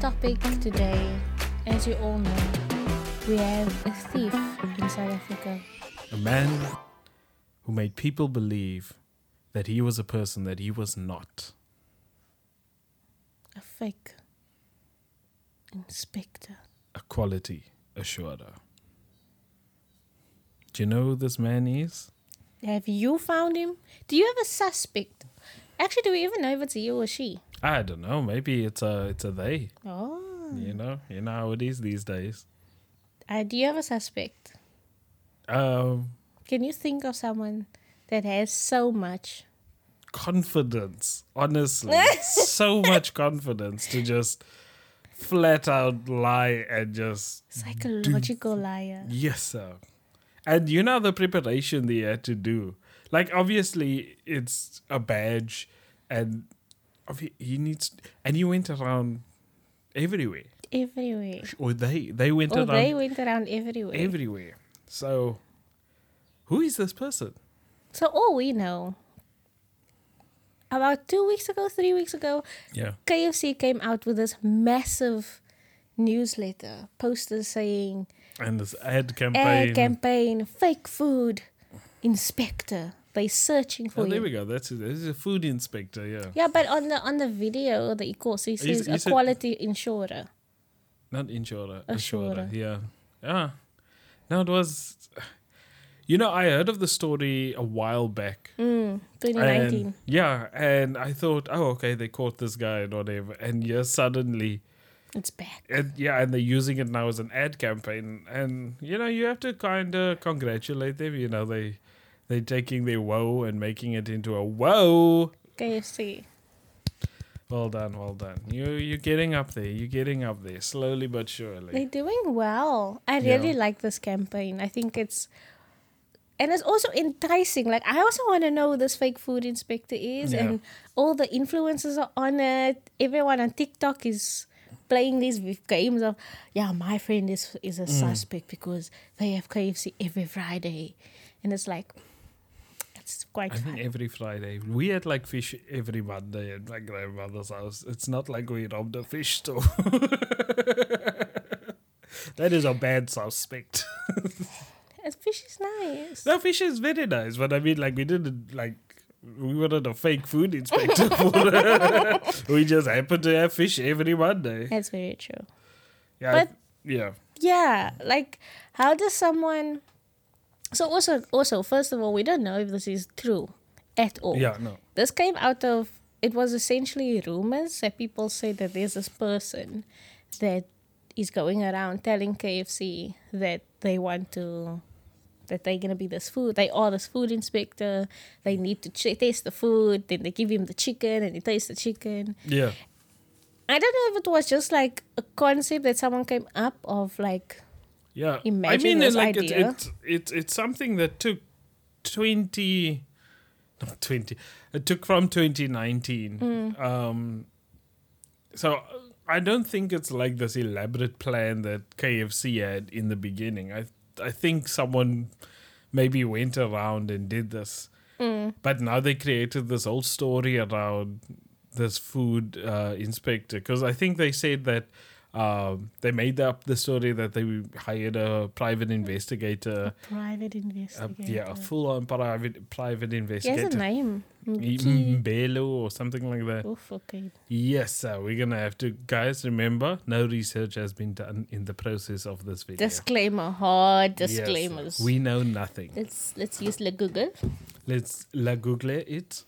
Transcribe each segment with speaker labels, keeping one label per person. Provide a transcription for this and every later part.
Speaker 1: topic today, as you all know, we have a thief in South Africa.
Speaker 2: A man who made people believe that he was a person that he was not.
Speaker 1: A fake inspector.
Speaker 2: A quality assurer. Do you know who this man is?
Speaker 1: Have you found him? Do you have a suspect? Actually, do we even know if it's a you or she?
Speaker 2: I don't know. Maybe it's a it's a they.
Speaker 1: Oh.
Speaker 2: You know, you know how it is these days.
Speaker 1: Uh, do you have a suspect?
Speaker 2: Um,
Speaker 1: Can you think of someone that has so much?
Speaker 2: confidence, honestly, so much confidence to just flat out lie and just
Speaker 1: Psychological liar.
Speaker 2: Yes, sir. And you know the preparation they had to do. Like obviously it's a badge, and obvi- he needs. And he went around everywhere,
Speaker 1: Everywhere.
Speaker 2: or they they went
Speaker 1: Oh,
Speaker 2: around
Speaker 1: they went around everywhere.
Speaker 2: everywhere. So, who is this person?
Speaker 1: so, all we know about two weeks ago, three weeks ago,
Speaker 2: Yeah,
Speaker 1: KFC came out with this massive newsletter, posters saying
Speaker 2: and this ad campaign.
Speaker 1: ad campaign, fake food, inspector. They searching for
Speaker 2: oh, there
Speaker 1: you.
Speaker 2: we go. That's it. This is a food inspector. Yeah,
Speaker 1: Yeah, but on the on the video that he calls, he
Speaker 2: He's-
Speaker 1: says
Speaker 2: he
Speaker 1: a
Speaker 2: said-
Speaker 1: quality insurer.
Speaker 2: not insurer.
Speaker 1: Assurer.
Speaker 2: Assurer. Yeah, yeah. No, it was. You know, I heard of the story a while back.
Speaker 1: Mm,
Speaker 2: And-
Speaker 1: 2019.
Speaker 2: yeah, and I thought, oh, okay, they caught this guy and whatever. And yeah, suddenly,
Speaker 1: it's back.
Speaker 2: and yeah, and they're using it now as an ad campaign. And you know, you have to kind of congratulate them. You know, they they're taking their woe and making it into a whoa.
Speaker 1: KFC.
Speaker 2: Well done, well done. You you're getting up there. You're getting up there slowly but surely.
Speaker 1: They're doing well. I
Speaker 2: Yeah.
Speaker 1: really like this campaign. I think it's and it's also enticing. Like I also want to know who this fake food inspector is
Speaker 2: Yeah.
Speaker 1: and all the influencers are on it. Everyone on TikTok is playing these v- games of yeah, my friend is is a
Speaker 2: Mm.
Speaker 1: suspect because they have KFC every Friday. And it's like it's quite
Speaker 2: I
Speaker 1: fun.
Speaker 2: think every Friday we had like fish every Monday at my grandmother's house. It's not like we robbed a fish store. that is a bad suspect.
Speaker 1: And fish is nice.
Speaker 2: No, fish is very nice, but I mean, like, we didn't, like, we wanted a fake food inspector for We just happened to have fish every Monday.
Speaker 1: That's very true.
Speaker 2: Yeah.
Speaker 1: But-
Speaker 2: yeah.
Speaker 1: yeah like how does someone so also also first of all we don't know if this is true at all
Speaker 2: Yeah, no.
Speaker 1: this came out of it was essentially rumors that people say that there's this person that is going around telling KFC that they want to that they're gonna be this food. They are this food inspector. They need to ch- taste the food. Then they give him the chicken, and he tastes the chicken.
Speaker 2: Yeah.
Speaker 1: I don't know if it was just like a concept that someone came up of, like
Speaker 2: Yeah.
Speaker 1: Imagine
Speaker 2: I mean,
Speaker 1: this
Speaker 2: like, It,
Speaker 1: idea.
Speaker 2: it, it, it's something that took 20, not 20, it took from 2019.
Speaker 1: Mm.
Speaker 2: Um, so uh, I don't think it's like this elaborate plan that KFC had in the beginning. I, I think someone maybe went around and did this.
Speaker 1: Mm.
Speaker 2: But now they created this whole story around this food uh, inspector because I think they said that um, they made up the story that they hired a private investigator.
Speaker 1: private
Speaker 2: A,
Speaker 1: investigator.
Speaker 2: yeah, a full on private private
Speaker 1: He has a
Speaker 2: investigator.
Speaker 1: name.
Speaker 2: Mm, Mbelo or something like that.
Speaker 1: Oof, okay.
Speaker 2: Yes, sir. We're gonna have to, guys. Remember, no research has been done in the process of this video.
Speaker 1: Disclaimer, hard
Speaker 2: Yes, sir.
Speaker 1: disclaimers.
Speaker 2: we know nothing.
Speaker 1: let's let's use the Google.
Speaker 2: Let's la Google it.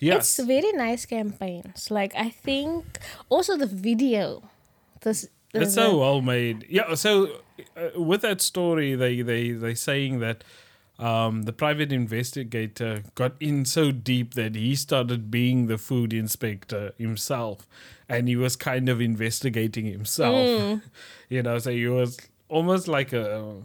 Speaker 2: Yes.
Speaker 1: It's very nice campaigns. Like I think also the video. This the-
Speaker 2: It's so well made. Yeah. So uh, with that story, they they they saying that um, the private investigator got in so deep that he started being the food inspector himself, and he was kind of investigating himself.
Speaker 1: Mm.
Speaker 2: you know, so he was almost like a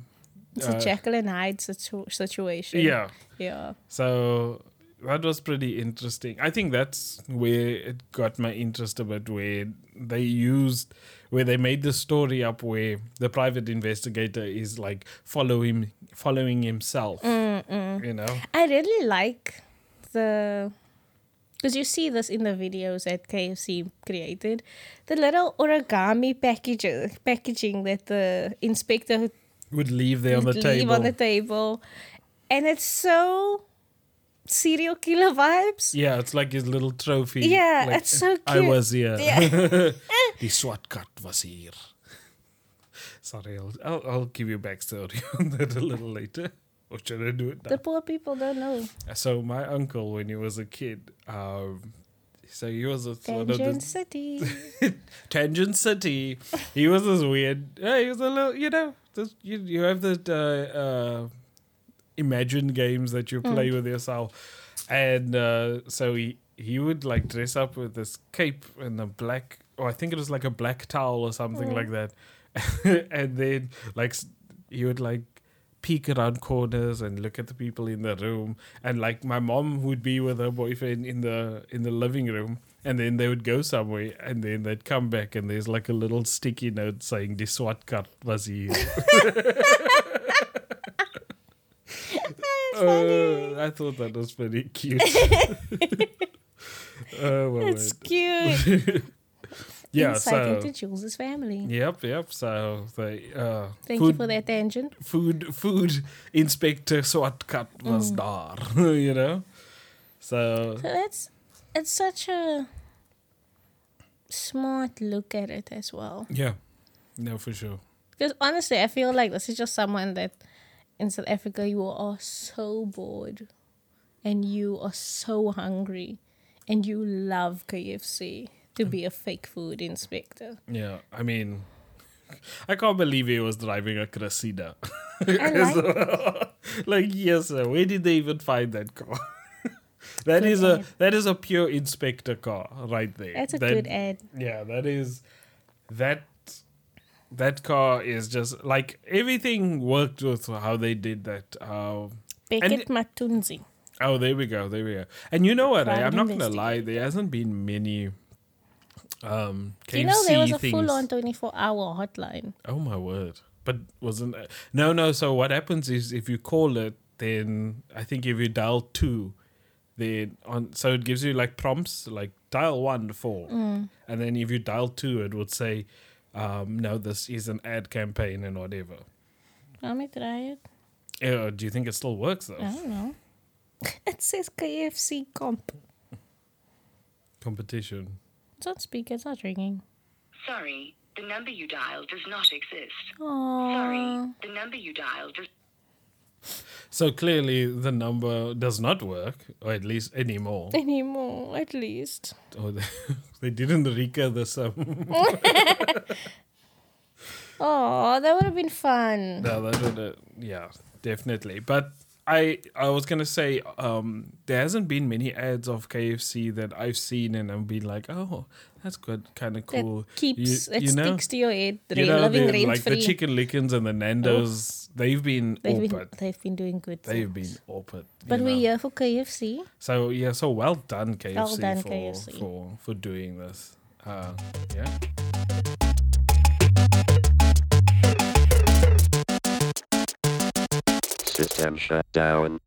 Speaker 1: it's
Speaker 2: uh,
Speaker 1: a Jekyll and Hyde situ- situation.
Speaker 2: yeah.
Speaker 1: Yeah.
Speaker 2: So that was pretty interesting. I think that's where it got my interest about where they used where they made the story up where the private investigator is like following
Speaker 1: Mm.
Speaker 2: following himself. You know?
Speaker 1: I really like the because you see this in the videos that KFC created, the little origami packages packaging that the inspector
Speaker 2: Would leave there on the
Speaker 1: leave
Speaker 2: table.
Speaker 1: on the table, and it's so serial killer vibes.
Speaker 2: yeah, it's like his little trophy.
Speaker 1: Yeah,
Speaker 2: like,
Speaker 1: it's so
Speaker 2: I
Speaker 1: cute.
Speaker 2: was here.
Speaker 1: Yeah.
Speaker 2: The SWAT cut was here. Sorry, I'll, I'll, I'll give you backstory on that a little later. Or should I do it now?
Speaker 1: the poor people don't know.
Speaker 2: So my uncle, when he was a kid, um, so he was a one of
Speaker 1: Tangent
Speaker 2: this
Speaker 1: City.
Speaker 2: Tangent City. He was this weird. Uh, he was a little, you know, this, you you have that uh, uh, imagined games that you play with yourself, and uh, so he he would like dress up with this cape and a black, or I think it was like a black towel or something like that, and then like s- he would like peek around corners and look at the people in the room and like my mom would be with her boyfriend in the in the living room and then they would go somewhere and then they'd come back and there's like a little sticky note saying the SWAT cut was here. Uh, I thought that was pretty cute. oh my
Speaker 1: It's
Speaker 2: word.
Speaker 1: cute.
Speaker 2: Yeah,
Speaker 1: Insight
Speaker 2: so
Speaker 1: into Jules's family.
Speaker 2: Yep, yep. So they uh
Speaker 1: Thank you
Speaker 2: food-
Speaker 1: for that tangent.
Speaker 2: food food inspector SWAT cut was there, you know? So
Speaker 1: So Mm. that's it's such a smart look at it as well.
Speaker 2: yeah. No for sure.
Speaker 1: Because honestly, I feel like this is just someone that in South Africa you are so bored and you are so hungry and you love KFC to be a fake food inspector.
Speaker 2: Yeah. I mean I can't believe he was driving a Cressida.
Speaker 1: I like
Speaker 2: like yes, sir, where did they even find that car? that is a
Speaker 1: ad.
Speaker 2: that is a pure inspector car right there.
Speaker 1: that's a
Speaker 2: That-
Speaker 1: good ad.
Speaker 2: Yeah, that is that that car is just like everything worked with how they did that. Um
Speaker 1: Beckett Matunzi.
Speaker 2: Oh, there we go. There we go. And you know what? eh,
Speaker 1: Private
Speaker 2: I'm not going to lie. There hasn't been many um, KFC
Speaker 1: Do you know there was a
Speaker 2: things.
Speaker 1: full on twenty four hour hotline?
Speaker 2: Oh, my word. But wasn't. eh, No, no. So what happens is if you call it, then I think if you dial two, then on. So it gives you like prompts, like dial one for.
Speaker 1: Mm.
Speaker 2: And then if you dial two, it would say, um, no, this is an ad campaign and whatever.
Speaker 1: Let me try it.
Speaker 2: Uh, do you think it still works though?
Speaker 1: I don't know. it says KFC comp.
Speaker 2: Competition.
Speaker 1: It's on speaker, it's not ringing.
Speaker 3: Sorry, the number you dialed does not exist.
Speaker 1: Aww.
Speaker 3: Sorry, the number you dialed does
Speaker 2: So clearly, the number does not work, or at least anymore.
Speaker 1: Anymore, at least.
Speaker 2: or they, they didn't recur the sum.
Speaker 1: Oh, that would have been fun.
Speaker 2: no, that would, uh, yeah, definitely. But I, I was gonna say, um, there hasn't been many ads of KFC that I've seen, and I've been like, oh, that's good, kind of
Speaker 1: That
Speaker 2: cool.
Speaker 1: keeps
Speaker 2: You-
Speaker 1: it
Speaker 2: you know-
Speaker 1: sticks to your head.
Speaker 2: You
Speaker 1: Re-
Speaker 2: know,
Speaker 1: living
Speaker 2: the-
Speaker 1: rent
Speaker 2: like
Speaker 1: free.
Speaker 2: the chicken lickens and the Nando's, they've been
Speaker 1: Oh. they've
Speaker 2: open.
Speaker 1: been they've been doing good.
Speaker 2: Oh, They've
Speaker 1: things.
Speaker 2: been open.
Speaker 1: But
Speaker 2: you
Speaker 1: we're
Speaker 2: know.
Speaker 1: here for KFC.
Speaker 2: So yeah, so well done KFC,
Speaker 1: done,
Speaker 2: for,
Speaker 1: KFC.
Speaker 2: for for doing this. Uh, yeah.
Speaker 4: System shut down.